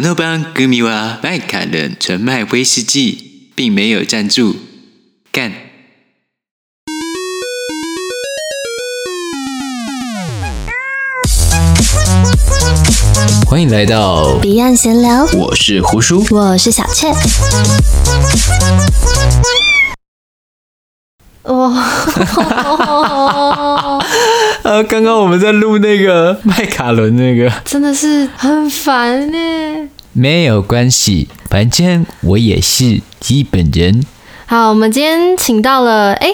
豆帮歌迷娃麦卡伦纯麦威士忌并没有赞助，干！欢迎来到，彼岸闲聊，我是胡叔。我是小雀。哦， 呃，刚刚我们在录那个麦卡伦那个，真的是很烦呢、没有关系，反正我也是基本人。好，我们今天请到了，哎、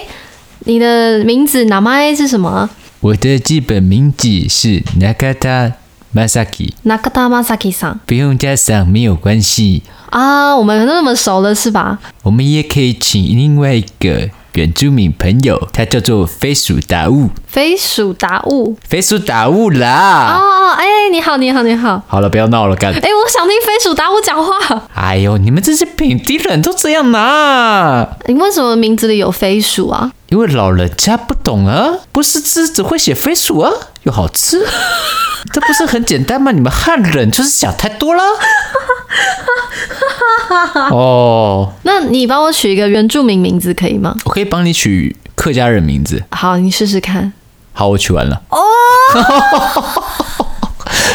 你的名字哪麦是什么我的基本名字是 Nagata Masaki， ？Nakata Masaki 桑不用加上没有关系。啊，我们都那么熟了是吧？我们也可以请另外一个原住民朋友，他叫做飞鼠达悟，飞鼠达悟。飞鼠达悟哦啦。哦，哎、你好，你好，你好。好了，不要闹了，干！哎、我想听飞鼠达悟讲话。哎呦，你们这些本地人都这样啦，你为什么名字里有飞鼠啊？因为老人家不懂啊，不是吃只会写飞鼠啊，又好吃， 这不是很简单吗？你们汉人就是想太多了。哦，那你帮我取一个原住民名字可以吗？我可以帮你取客家人名字。好，你试试 看。好，我取完了。哦，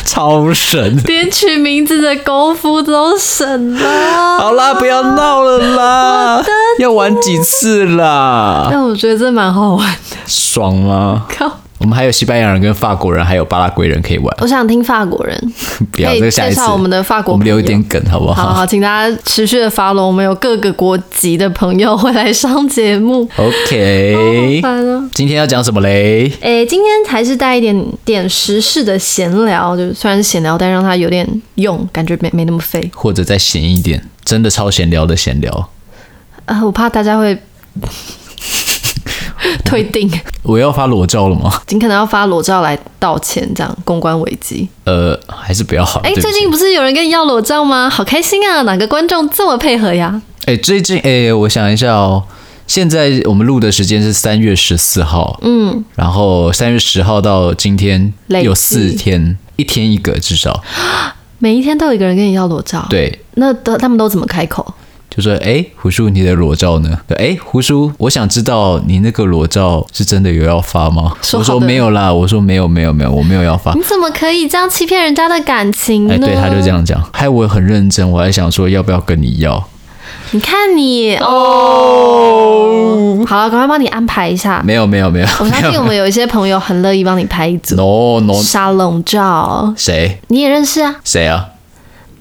超神！连取名字的功夫都省了。好啦，不要闹了啦，要玩几次啦？但我觉得这蛮好玩 的。爽吗？靠，我们还有西班牙人、跟法国人，还有巴拉圭人可以玩。我想听法国人，不要，哦可以这个下一次介绍我们的法国我们留一朋友点梗好不好哦好好，请大家持续的发龙，我们有各个国籍的朋友会来上节 目。 ？OK，好烦啊！今天要讲什么嘞？诶，今天还是带一点点时事的闲聊，就是虽然是闲聊，但让它有点用，感觉没没那么废。或者再闲一点，真的超闲聊的闲聊。啊、我怕大家会 退订，我要发裸照了吗？尽可能要发裸照来道歉，这样公关危机。呃，还是不要好了。哎、对不最起近不是有人跟你要裸照吗？好开心啊！哪个观众这么配合呀？哎，最近哎，我想一下哦，现在我们录的时间是三月十四号，嗯，然后三月十号到今天累计有四天，一天一个至少，每一天都有一个人跟你要裸照，，对，那都他们都怎么开口？就说哎，胡叔你的裸照呢？哎，胡叔，我想知道你那个裸照是真的有要发吗？说我好的说没有啦，我说没有没有没有，我没有要发。你怎么可以这样欺骗人家的感情呢？哎，对，他就这。样讲，害我很认真，我还想说要不要跟你要，你看你哦，好了，赶快帮你安排一下。没有没有没有我相信我们有一些朋友很乐意帮你拍一组，no no，沙龙照，谁你也认识啊？谁啊？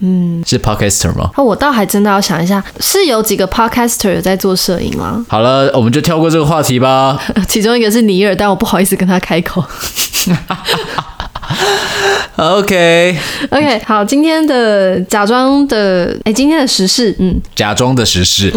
嗯，是 podcaster 吗？哦，我倒还真的要想一下，是有几个 podcaster 有在做摄影吗？ 好了，我们就跳过这个话题吧。其中一个是尼尔，但我不好意思跟他开口。 OK， OK，好，今天的假装的，哎、今天的时事，嗯，假装的时事。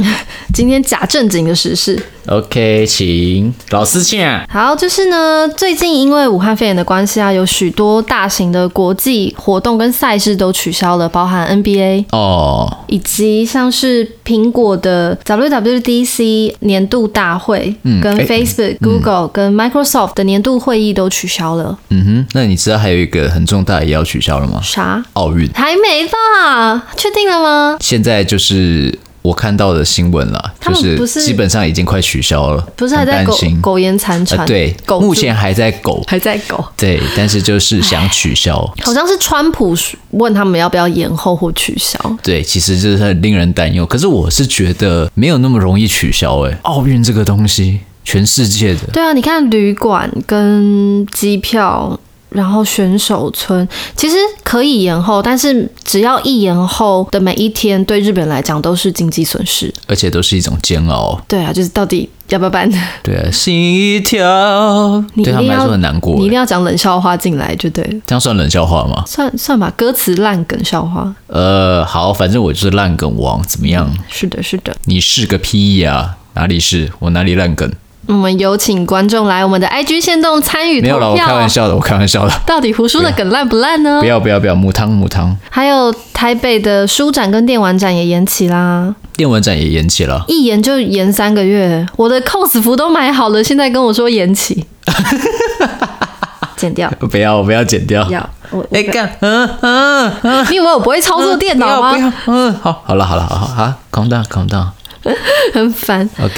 今天假正经的时事， OK，请老师讲。好，就是呢，最近因为武汉肺炎的关系啊，有许多大型的国际活动跟赛事都取消了，包含 NBA 哦，以及像是苹果的 WWDC 年度大会，跟哎 Facebook、Google 跟 Microsoft 的年度会议都取消了，嗯哼，那你知道还有一个很重大也要取消了吗？啥？奥运。还没吧？确定了吗？现在就是我看到的新闻了，他就们不是基本上已经快取消了，不是还很在担苟心。苟延残喘？呃，对，苟住目前还在苟，还在苟。对，但是就是想取消。好像是川普问他们要不要延后或取消。对，其实这是很令人担忧。可是我是觉得没有那么容易取消、欸。哎，奥运这个东西，全世界的对啊，你看旅馆跟机票，然后选手村，其实可以延后，但是只要一延后的每一天，对日本来讲都是经济损失。而且都是一种煎熬。对啊，就是到底要不要办？对啊，心一跳，你一对他定们来要说很难过你一欸。定要讲冷笑话进来就对了。这样算冷笑话吗？算算吧，歌词烂梗笑话，呃，好，反正我就是烂梗王，怎么样？是的，是的。你是个屁呀、哪里是我哪里烂梗？我们有请观众来我们的 IG 线动参与没有投啦，我开票玩，笑的， 我开玩笑的。到底胡叔的梗烂不烂呢不？要不要不要，母汤母汤。还有台北的书展跟电玩展也延期啦，电玩展也延期了，一延就延三 个月。我的 cos 服都买好了，现在跟我说延期，剪掉，不要，我不要剪掉。要我我哎不要干，嗯嗯嗯，你以为我不会操作电脑啊不要吗？不要，嗯，好，好了好了好好好，calm down，calm down。很烦。 OK，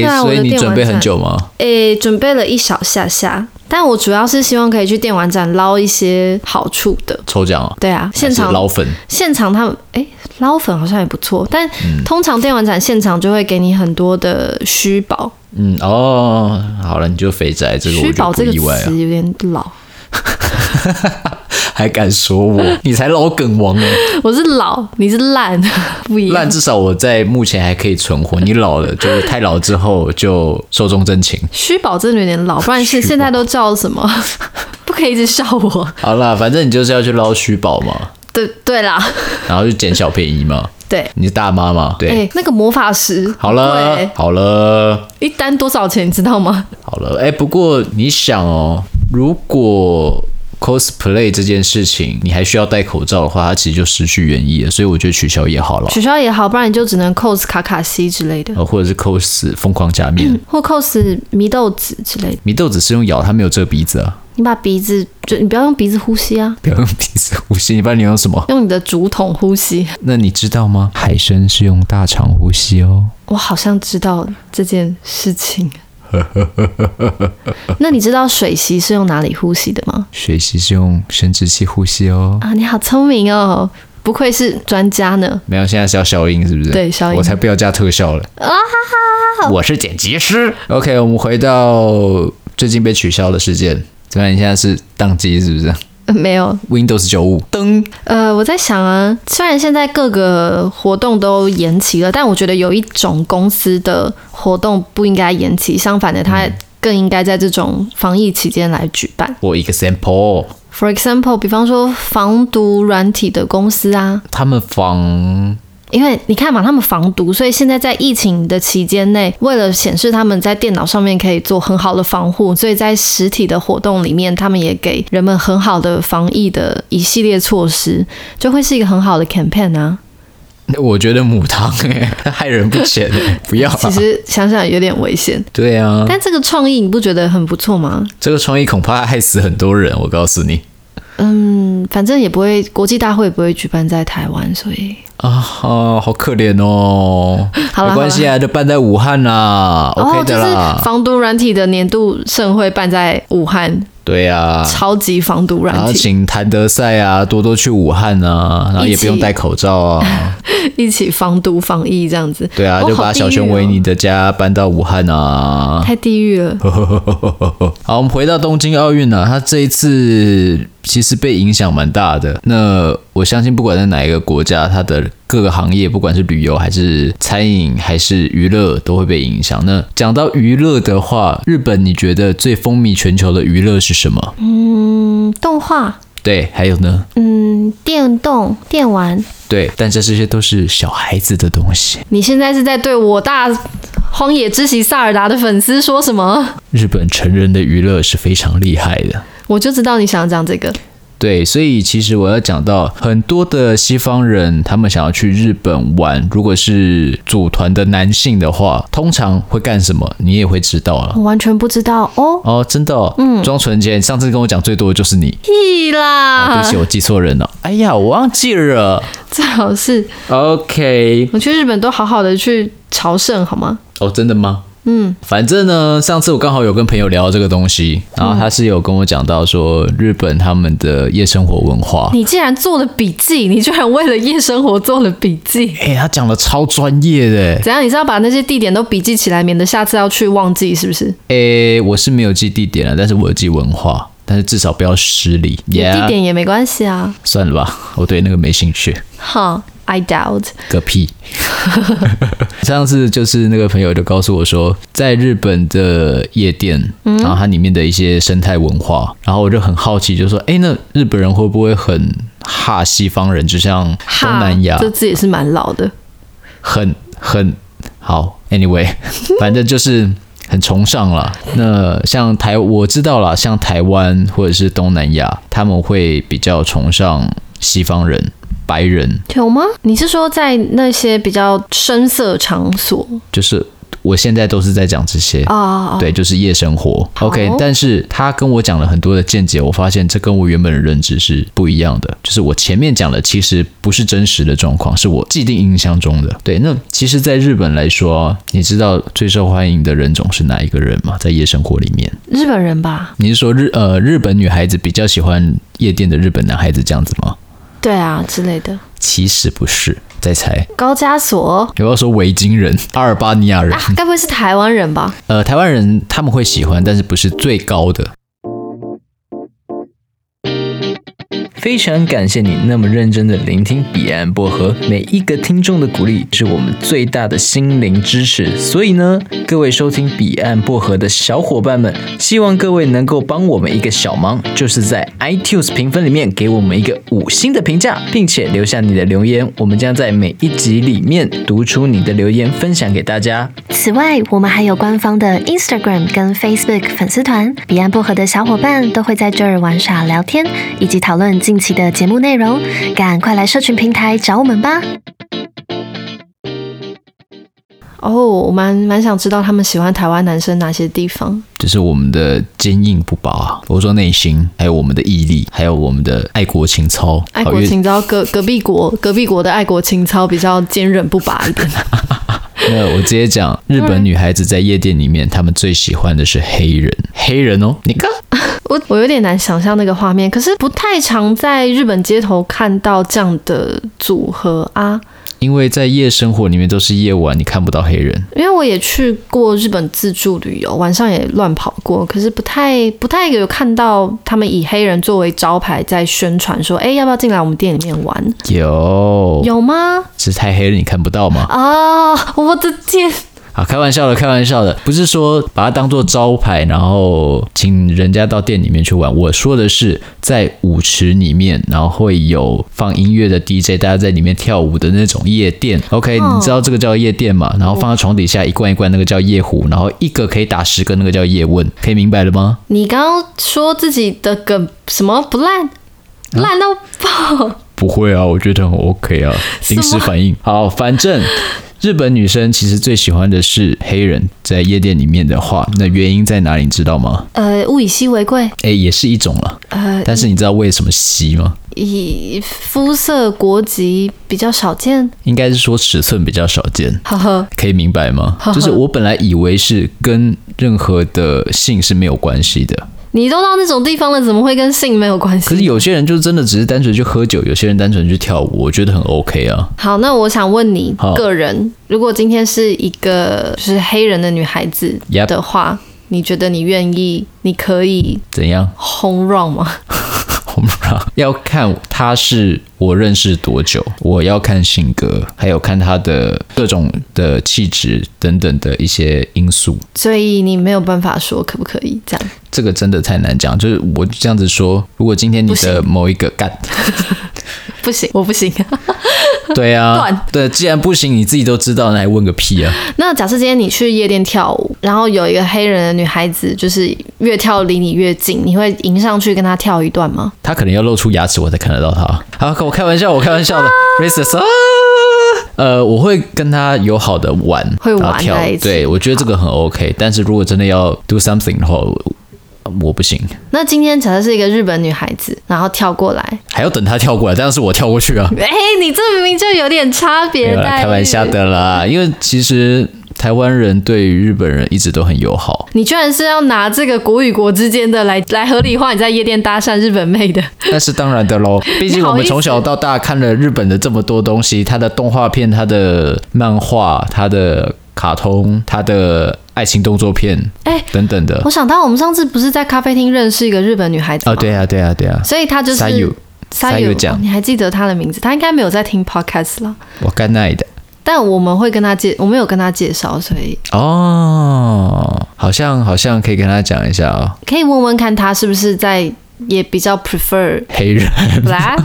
对啊所我以的你电准玩备很站久吗？诶，准备了一小下下，但我主要是希望可以去电玩展捞一些好处的。抽奖啊，对啊，现还是场捞粉，现场他们诶，捞粉好像也不错，但嗯通常电玩展现场就会给你很多的虚宝，嗯哦，好了，你就肥宅这个虚我就宝不这个意外啊词，有点老， 还敢说 我，你才老梗王哎，我是老，你是烂， 不一烂样。至少我在目前还可以存活，你老 了就是太老之后就寿终正寝。虚宝真的有点老，不然是虚宝现在都叫什么？ 不可以一直笑我。好啦，反正你就是要去捞虚宝嘛，对对啦，然后就捡小便宜嘛，对。哎你是大妈嘛，对，诶，那个魔法石，好了对，好了。一单多少钱，你知道吗？好了，哎、不过你想哦，如果 cosplay 这件事情你还需要戴口罩的话，它其实就失去原意了，所以我觉得取消也好了，取消也好，哦不然你就只能 cos 卡卡西之类的，呃，或者是 cos 疯狂假面。或 cos 祢豆子之类的。米豆子是用咬，它没有遮鼻子啊，你把鼻子就你不要用鼻子呼吸啊，不要用鼻子呼吸，你不然你用什么？用你的竹筒呼吸。那你知道吗？海参是用大肠呼吸哦。我好像知道这件事 情。那你知道水席是用哪里呼吸的吗？水螅是用生殖器呼吸哦。啊，你好聪明哦，不愧是专家呢。没有，现在是要消音是不是？对消音啊我才不要加特效了。我是剪辑师。OK，我们回到最近被取消的事件。怎么样？你现在是宕机是不是呃没有， ？Windows 九五噔，呃，我在想啊，虽然现在各个活动都延期了，但我觉得有一种公司的活动不应该延期，相反的，它更应该在这种防疫期间来举办。我一个 sample， For example，比方说防毒软体的公司啊，他们防因为你看嘛，他们防毒，所以现在在疫情的期间内，为了显示他们在电脑上面可以做很好的防护，所以在实体的活动里面，他们也给人们很好的防疫的一系列措施，就会是一个很好的 campaign 啊。我觉得母汤 哎、害人不浅哎、不要其啦。实想想有点危险，对啊，但这个创意你不觉得很不错吗？这个创意恐怕害死很多人，我告诉你嗯，反正也不会，国际大会也不会举办在台湾，所以啊啊，好可怜哦。哦好啦没关系啊，就办在武汉啦，OK 的哦，就啦。是防毒软体的年度盛会办在武汉，对啊，超级防毒然软后体请谭德赛啊多多去武汉啊，然后也不用戴口罩啊，一起防毒防疫这样子，对啊， 哦就把小熊维尼的家搬到武汉啊。太地狱 了。好，我们回到东京奥运啊，它这一次其实被影响蛮大的。那我相信，不管在哪一个国家，它的各个行业，不管是旅游还是餐饮还是娱乐，都会被影响。那讲到娱乐的话，日本你觉得最风靡全球的娱乐是什么？嗯，动画， 对，还有呢？嗯，电动电玩。对，但这这些都是小孩子的东西。你现在是在对我大荒野之息萨尔达的粉丝说什么？日本成人的娱乐是非常厉害的。我就知道你想讲这个。哦对，所以其实我要讲到很多的西方人，他们想要去日本玩，如果是组团的男性的话，通常会干什么？你也会知道了。我完全不知道哦，哦，真的、哦，嗯，庄纯洁，上次跟我讲最多的就是你。屁哦对啦！不起，我记错人了。哎呀，我忘记了。 最好是 OK，我去日本都好好的去朝圣好吗？哦，真的吗？嗯，反正呢，上次我刚好有跟朋友聊到这个东西，然后他是有跟我讲到说日本他们的夜生活文化，你竟然做了笔记，你居然为了夜生活做了笔 记，哎、他讲的超专业的欸，怎样？你是要把那些地点都笔记起来，免得下次要去忘记，是不是？哎、我是没有记地点了，但是我有记文化，但是至少不要失礼。有 Yeah，地点也没关系啊。算了吧，我对那个没兴趣，哈、i doubt。个屁。 上次就是那个朋友就告诉我说，在日本的夜店，嗯然后它里面的一些生态文化，然后我就很好奇，就说，哎、那日本人会不会很哈西方人，就像东哈南亚这字也是蛮老的。很很好。Anyway，反 正就是很崇尚啦。那像台，我知道啦，像台湾或者是东南亚，他们会比较崇尚西方人、白人，有吗？你是说在那些比较深色场所？就是。我现在都是在讲这些。哦哦，哦，对，就是夜生活。好 OK，但是他跟我讲了很多的见解，我发现这跟我原本的认知是不一样的。就是我前面讲的其实不是真实的状况，是我既定印象中的。对，那其实，在日本来说，你知道最受欢迎的人种是哪一个人吗？在夜生活里面，日本人吧？你是说日呃日本女孩子比较喜欢夜店的日本男孩子这样子吗？对啊，之类的。其实不是，在猜。高加索有要说维京人、阿尔巴尼亚人啊，，该不会是台湾人吧？呃，台湾人他们会喜欢，但是不是最高的。非常感谢你那么认真的聆听《彼岸薄荷》，每一个听众的鼓励是我们最大的心灵支持。所以呢，各位收听《彼岸薄荷》的小伙伴们，希望各位能够帮我们一个小忙，就是在 iTunes 评分里面给我们一个五星的评价，并且留下你的留言，我们将在每一集里面读出你的留言，分享给大家。此外，我们还有官方的 Instagram 跟 Facebook 粉丝团，彼岸薄荷的小伙伴都会在这儿玩耍聊天，以及讨论近期的节目内容。赶快来社群平台找我们吧！哦，我蛮蛮想知道他们喜欢台湾男生哪些地方。就是我们的坚硬不拔、啊，我说内心，还有我们的毅力，还有我们的爱国情操。爱好国因为情操，隔隔壁国隔壁国的爱国情操比较坚韧不拔 一点。那我直接讲，日本女孩子在夜店里面，她们最喜欢的是黑人，黑人哦，你看，我我有点难想象那个画面，可是不太常在日本街头看到这样的组合啊。因为在夜生活里面都是夜晚，你看不到黑人。因为我也去过日本自助旅游，晚上也乱跑过，可是不太不太有看到他们以黑人作为招牌在宣传说，哎，要不要进来我们店里面玩？有，有吗？只是太黑了，你看不到嘛。啊、我的天！啊，开玩笑的，开玩笑的，不是说把它当做招牌，然后请人家到店里面去玩。我说的是在舞池里面，然后会有放音乐的 DJ，大家在里面跳舞的那种夜店。OK，、哦你知道这个叫夜店嘛？然后放在床底下一罐一罐，那个叫夜壶，然后一个可以打十个，那个叫夜问，可以明白了吗？你刚刚说自己的梗什么不烂，嗯烂到爆，不会啊，我觉得很 OK 啊，临时反应。好，反正日本女生其实最喜欢的是黑人，在夜店里面的话，那原因在哪里？你知道吗？呃，物以稀为贵，诶，哎也是一种了。呃，但是你知道为什么稀吗？以肤色、国籍比较少见，应该是说尺寸比较少见，呵呵。可以明白 吗？就是我本来以为是跟任何的性是没有关系的，你都到那种地方了，怎么会跟性没有关系？可是有些人就真的只是单纯去喝酒，有些人单纯去跳舞，我觉得很 OK 啊。好，那我想问你好个人，如果今天是一个就是黑人的女孩子 Yep 的话你觉得你愿意，你可以怎样？ home run 吗？ 我不知道， 要看他是我认识多久，我要看性格，还有看他的各种的气质等等的一些因素。所以你没有办法说可不可以这样。这个真的太难讲，就是我这样子说，如果今天你不的行某一个干，不行，我不行。 对啊断，对，既然不行，你自己都知道，那还问个屁啊！ 那假设今天你去夜店跳舞，然后有一个黑人的女孩子，就是越跳离你越近，你会迎上去跟她跳一段吗？他可能要露出牙齿，我才看得到他。好，我开玩笑，我开玩 笑的，racist 啊！呃，我会跟他友好的玩，会玩然后跳在一起对我觉得这个很 OK。但是如果真的要 do something 的话，我我不行，那今天假设是一个日本女孩子，然后跳过来，还要等他跳过来，但是我跳过去啊，哎、你这明明就有点差没 别有待啦，遇开玩笑。的啦。因为其实台湾人对于日本人一直都很友好，你居然是要拿这个国与国之间的来来合理化你在夜店搭讪日本 妹的，那是当然的喽，毕竟我们从小到大看了日本的这么多东西，它的动画片、它的漫画、它的卡通、它的爱情动作片，哎等等的我。想到我们上次不是在咖啡厅认识一个日本女孩子吗？哦，对啊，对啊，对啊。所以她就是三友，三友三友讲你还记得她的名字？她应该没有在听 podcast 啦，我干那里的但我们会跟她介，我们有跟她介绍，所以哦，好像好像可以跟他讲一下哦， 可以问问看她是不是在也比较 prefer 黑人 black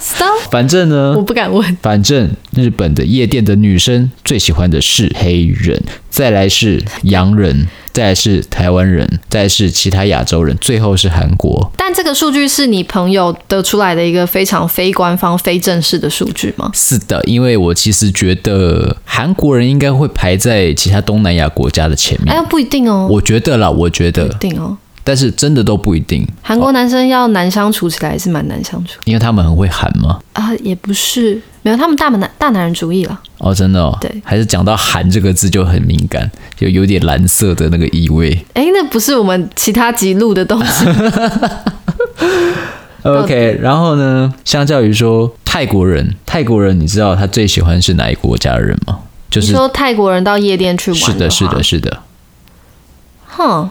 ？Stop，反正呢我，不敢问。反正日本的夜店的女生最喜欢的是黑人，再来是洋人，再来是台湾人，再来是其他亚洲人，最后是韩国。但这个数据是你朋友得出来的一个非常非官方、非正式的数据吗？是的，因为我其实觉得韩国人应该会排在其他东南亚国家的前哎面。呀，不一定哦，嗯我觉得啦，我觉不得一，定哦。但是真的都不一定，韩国男生要难相处起来是蛮难相处因为他们很会喊嘛。啊、也不是没有他们大男大男人主义了。哦，真的哦，对还是讲到“韩”这个字就很敏感，就有点蓝色的那个意味。哎，那不是我们其他集录的东西 OK，然后呢，相较于说泰国人，泰国人你知道他最喜欢是哪一个国家的人吗？ 就你是说泰国人到夜店去玩是的，的，是的，，是的，哼，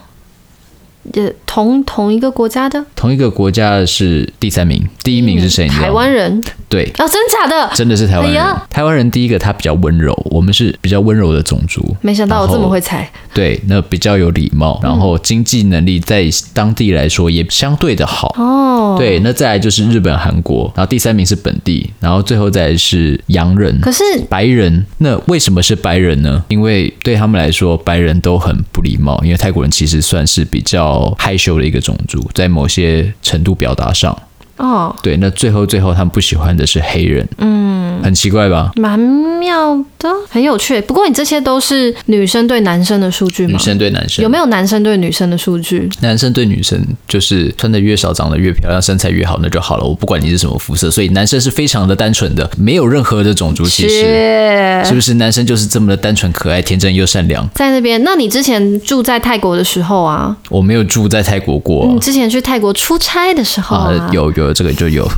也同同一个国家的，同一个国家的是第三名，第一名是谁？你知道吗嗯台湾人对，哦，真假的？ 真的是台湾人。哎呀台湾人第一个他比较温柔，我们是比较温柔的种族，没想到我然后这么会猜，对，那比较有礼貌，嗯然后经济能力在当地来说也相对的好。哦，对，那再来就是日本、韩国，然后第三名是本地，然后最后再来是洋人。可是白人，那为什么是白人呢？因为对他们来说，白人都很不礼貌，因为泰国人其实算是比较害羞的一个种族，在某些程度表达上。哦，对，那最后最后他们不喜欢的是黑人，嗯，很奇怪吧？蛮妙的，很有趣。不过你这些都是女生对男生的数据吗？女生对男生有没有男生对女生的数据？男生对女生就是穿的越少，长得越漂亮，身材越好，那就好了。我不管你是什么肤色，所以男生是非常的单纯的，没有任何的种族歧视，是是不是？男生就是这么的单纯、可爱、天真又善良。在那边。那你之前住在泰国的时候啊，我没有住在泰国过你之前去泰国出差的时候嗯啊，啊，有有这个就有。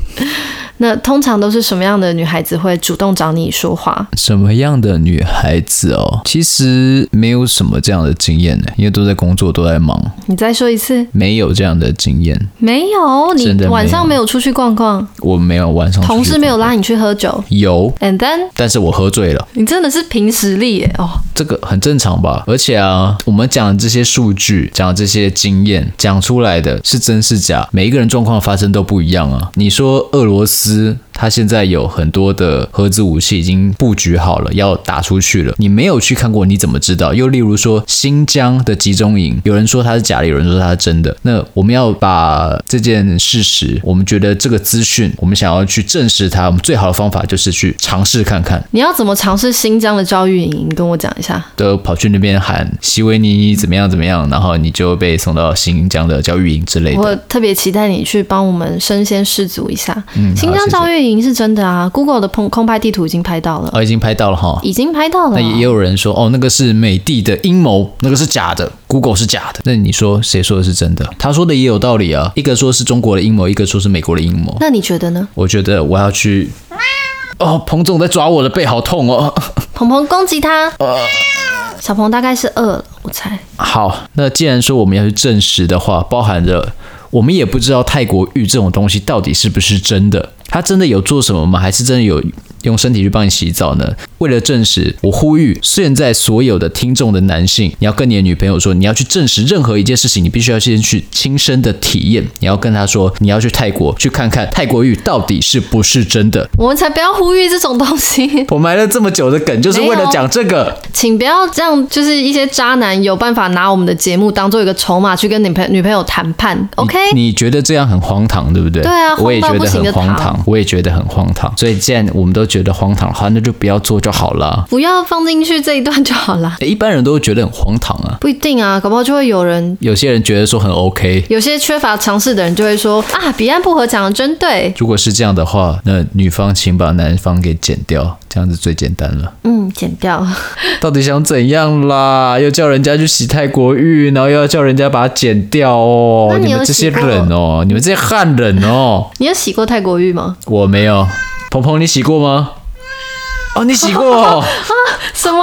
那通常都是什么样的女孩子会主动找你说话？什么样的女孩子哦？其实没有什么这样的经验呢，因为都在工作，都在忙，你再说一次，没有这样的经验。没有，你真的没有哦晚上没有出去逛逛，我没有晚上出去同事没有拉你去喝酒有， ，and then 但是我喝醉了，你真的是凭实力耶哦，这个很正常吧？而且啊，我们讲的这些数据，讲的这些经验，讲出来的是真是假，每一个人状况发生都不一样啊。你说俄罗斯？他现在有很多的核子武器已经布局好了，要打出去了。你没有去看过，你怎么知道？又例如说新疆的集中营，有人说它是假的，有人说它是真的。那我们要把这件事实，我们觉得这个资讯，我们想要去证实它，我们最好的方法就是去尝试看看。你要怎么尝试新疆的教育营？你跟我讲一下。都跑去那边喊西维尼怎么样怎么样，然后你就被送到新疆的教育营之类的。我特别期待你去帮我们身先士卒一下。嗯，新疆育教育营是真的啊，Google 的空空拍地图已经拍到了，哦，已经拍到了哈。已经拍到那。了也也有人说，哦，那个是美帝的阴谋，那个是假的，Google 是假的。那你说谁说的是真的？他说的也有道理啊，一个说是中国的阴谋，一个说是美国的阴谋。那你觉得呢？我觉得我要去。哦，彭总在抓我的背，好痛哦。鹏鹏攻击他，啊小鹏大概是饿了，我猜。好，那既然说我们要去证实的话，包含着我们也不知道泰国浴这种东西到底是不是真的，它真的有做什么吗？还是真的有用身体去帮你洗澡呢？为了证实，我呼吁现在所有的听众的男性，你要跟你的女朋友说，你要去证实任何一件事情，你必须要先去亲身的体验，你要跟她说，你要去泰国去看看泰国浴到底是不是真的。我们才不要呼吁这种东西， 我埋了这么久的梗，就是为没了有讲这个。请不要这样，就是一些渣男有办法拿我们的节目当做一个筹码去跟女朋女朋友谈判，OK？你你觉得这样很荒唐，对不对？哎对啊我也荒觉到得不行很的荒唐糖，我也觉得很荒唐。所以既然我们都觉得荒唐的话，那就不要做就好了。不要放进去这一段就好了。 一般人都会觉得很荒唐啊，不一定啊，搞不好就会有人，有些人觉得说很 OK。有些缺乏尝试的人就会说啊，彼岸薄荷讲的真对，如果是这样的话，那女方请把男方给剪掉，这样子最简单了。嗯，剪掉。 到底想怎样啦？又叫人家去洗泰国浴，然后又要叫人家把它剪掉哦那！你你有们这些洗过人哦，你们这些汉人哦，你有洗过泰国浴吗？我没有。鹏鹏，你洗过吗？哦，你洗过哦、什么？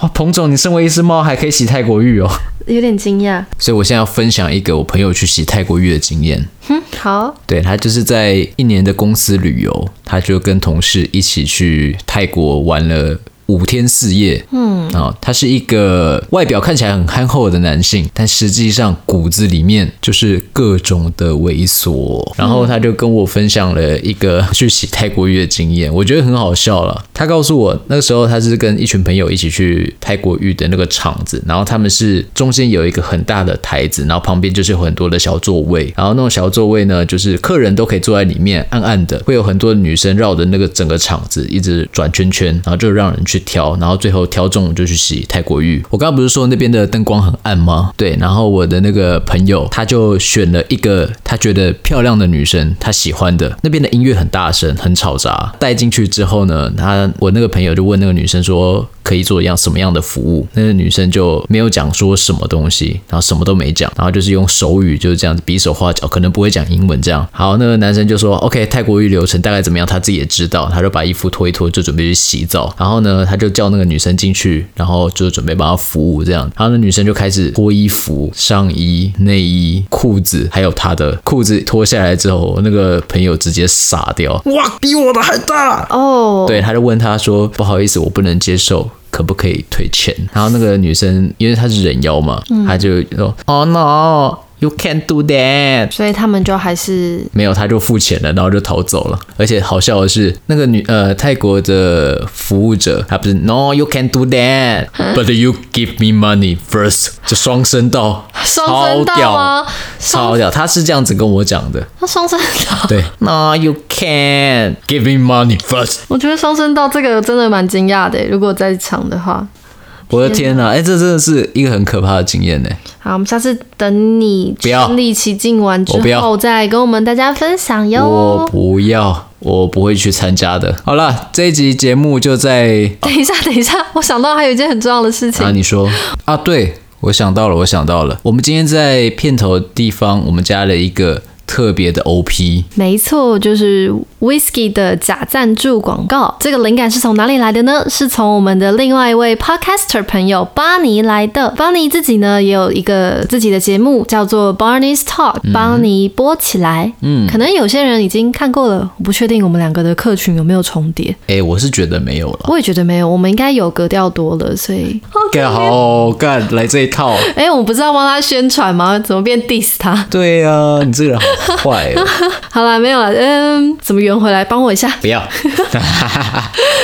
哇，彭总，你身为一只猫还可以洗泰国浴哦。有点惊讶。所以我现在要分享一个我朋友去洗泰国浴的经验。哼，好，对他就是在一年的公司旅游，他就跟同事一起去泰国玩了五天四夜。嗯，啊、他是一个外表看起来很憨厚的男性，但实际上骨子里面就是各种的猥琐。然后他就跟我分享了一个去洗泰国浴的经验，我觉得很好笑了。他告诉我，那个时候他是跟一群朋友一起去泰国浴的那个场子，然后他们是中间有一个很大的台子，然后旁边就是有很多的小座位，然后那种小座位呢，就是客人都可以坐在里面，暗暗的，会有很多女生绕着那个整个场子一直转圈圈，然后就让人去挑，然后最后挑中就去洗泰国浴。我刚刚不是说那边的灯光很暗吗？对，然后我的那个朋友他就选了一个他觉得漂亮的女生，他喜欢的。那边的音乐很大声，很吵杂。带进去之后呢，他我那个朋友就问那个女生说可以做一样什么样的服务？那个女生就没有讲说什么东西，然后什么都没讲，然后就是用手语就是这样子比手画脚，可能不会讲英文这样。好，那个男生就说 OK，泰国浴流程大概怎么样，他自己也知道，他就把衣服脱一脱，就准备去洗澡。然后呢，他就叫那个女生进去，然后就准备帮她服务这样。然后那女生就开始脱衣服、上衣、内衣、裤子，还有她的裤子脱下来之后，我那个朋友直接傻掉，哇，比我的还大！哦，对，他就问他说：“不好意思，我不能接受。”可不可以退钱？然后那个女生，因为她是人妖嘛，嗯她就说：“Oh no, you can't do that。”所以他们就还是没有，他就付钱了，然后就逃走了。而且好笑的是，那个女呃泰国的服务者，她不是 No, you can do that, 嗯 but you give me money first，就双声道，双声道啊吗超屌，超屌，他是这样子跟我讲的。那双声 道。 对，No, you can give me money first。我觉得双声道这个真的蛮惊讶的，如果在场的话。我的天哪，哎、这真的是一个很可怕的经验呢。好，我们下次等你不要身临其境完之我不要后，再跟我们大家分享我哟。不要，我不会去参加的。好了，这一集节目就在等一下，等一下，我想到还有一件很重要的事情啊，。你说啊，对我想到了，我想到了，我们今天在片头的地方，我们加了一个特别的 OP，没错，就是 Whisky 的假赞助广告。这个灵感是从哪里来的呢？是从我们的另外一位 Podcaster 朋友巴尼来的。巴尼自己呢也有一个自己的节目，叫做 Barney's Talk，帮你播起来。嗯，可能有些人已经看过了，我不确定我们两个的客群有没有重叠。哎，我是觉得没有了。我也觉得没有，我们应该有格调多了，所以。干好干，来这一套。哎、我们不是要帮他宣传吗？怎么变 diss 他？对呀、啊，你这个人好坏 哦！好啦，没有啦，嗯，怎么圆回来？帮我一下。不要，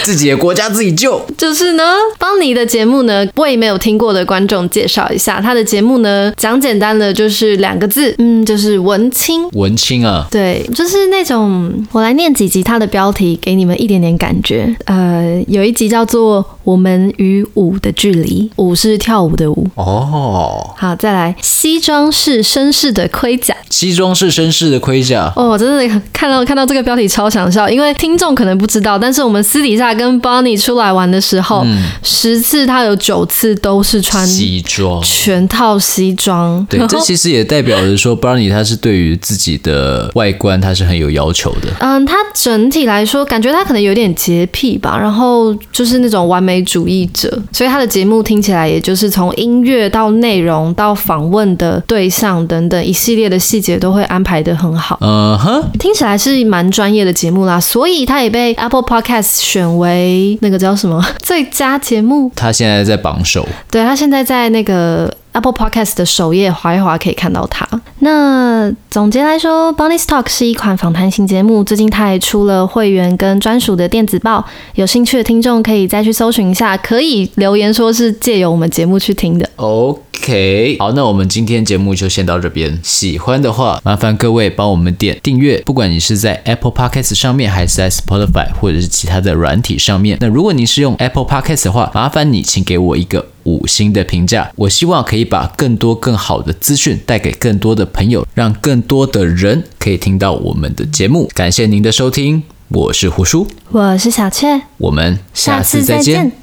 自己的国家自己救。就是呢，邦尼的节目呢，为没有听过的观众介绍一下，他的节目呢，讲简单的就是两个字，嗯，就是文青。文青啊，对，就是那种我来念几集它的标题，给你们一点点感觉。呃，有一集叫做《我们与舞的距离》，舞是跳舞的舞。哦，好，再来，西装是绅士的盔甲。西装是绅士的盔甲。哦，我真的看到看到这个标题超想笑，因为听众可能不知道，但是我们私底下跟 Bonnie 出来玩的时候，十次他有九次都是穿嗯西装，全套西装，对，这其实也代表着说 Barney 他是对于自己的外观他是很有要求的。嗯，他整体来说，感觉他可能有点洁癖吧，然后就是那种完美主义者，所以他的节目听起来也就是从音乐到内容到访问的对象等等一系列的细节都会安排的很好。嗯哼，听起来是蛮专业的节目啦，所以它也被 Apple Podcast 选为那个叫什么 最佳节目。他现在在榜首。对，它现在在那个 Apple Podcast 的首页划一划可以看到它。那总结来说，Bonnie's Talk 是一款访谈型节目，最近它也出了会员跟专属的电子报，有兴趣的听众可以再去搜寻一下，可以留言说是借由我们节目去听的。 OK，好，那我们今天节目就先到这边。喜欢的话，麻烦各位帮我们点订阅，不管你是在 Apple Podcast 上面，还是在 Spotify 或者是其他的软体上面。那如果你是用 Apple Podcast 的话，麻烦你请给我一个五星的评价。我希望可以把更多更好的资讯带给更多的朋友，让更多的人可以听到我们的节目。感谢您的收听，我是胡叔，我是小雀，我们下次再见。下次再见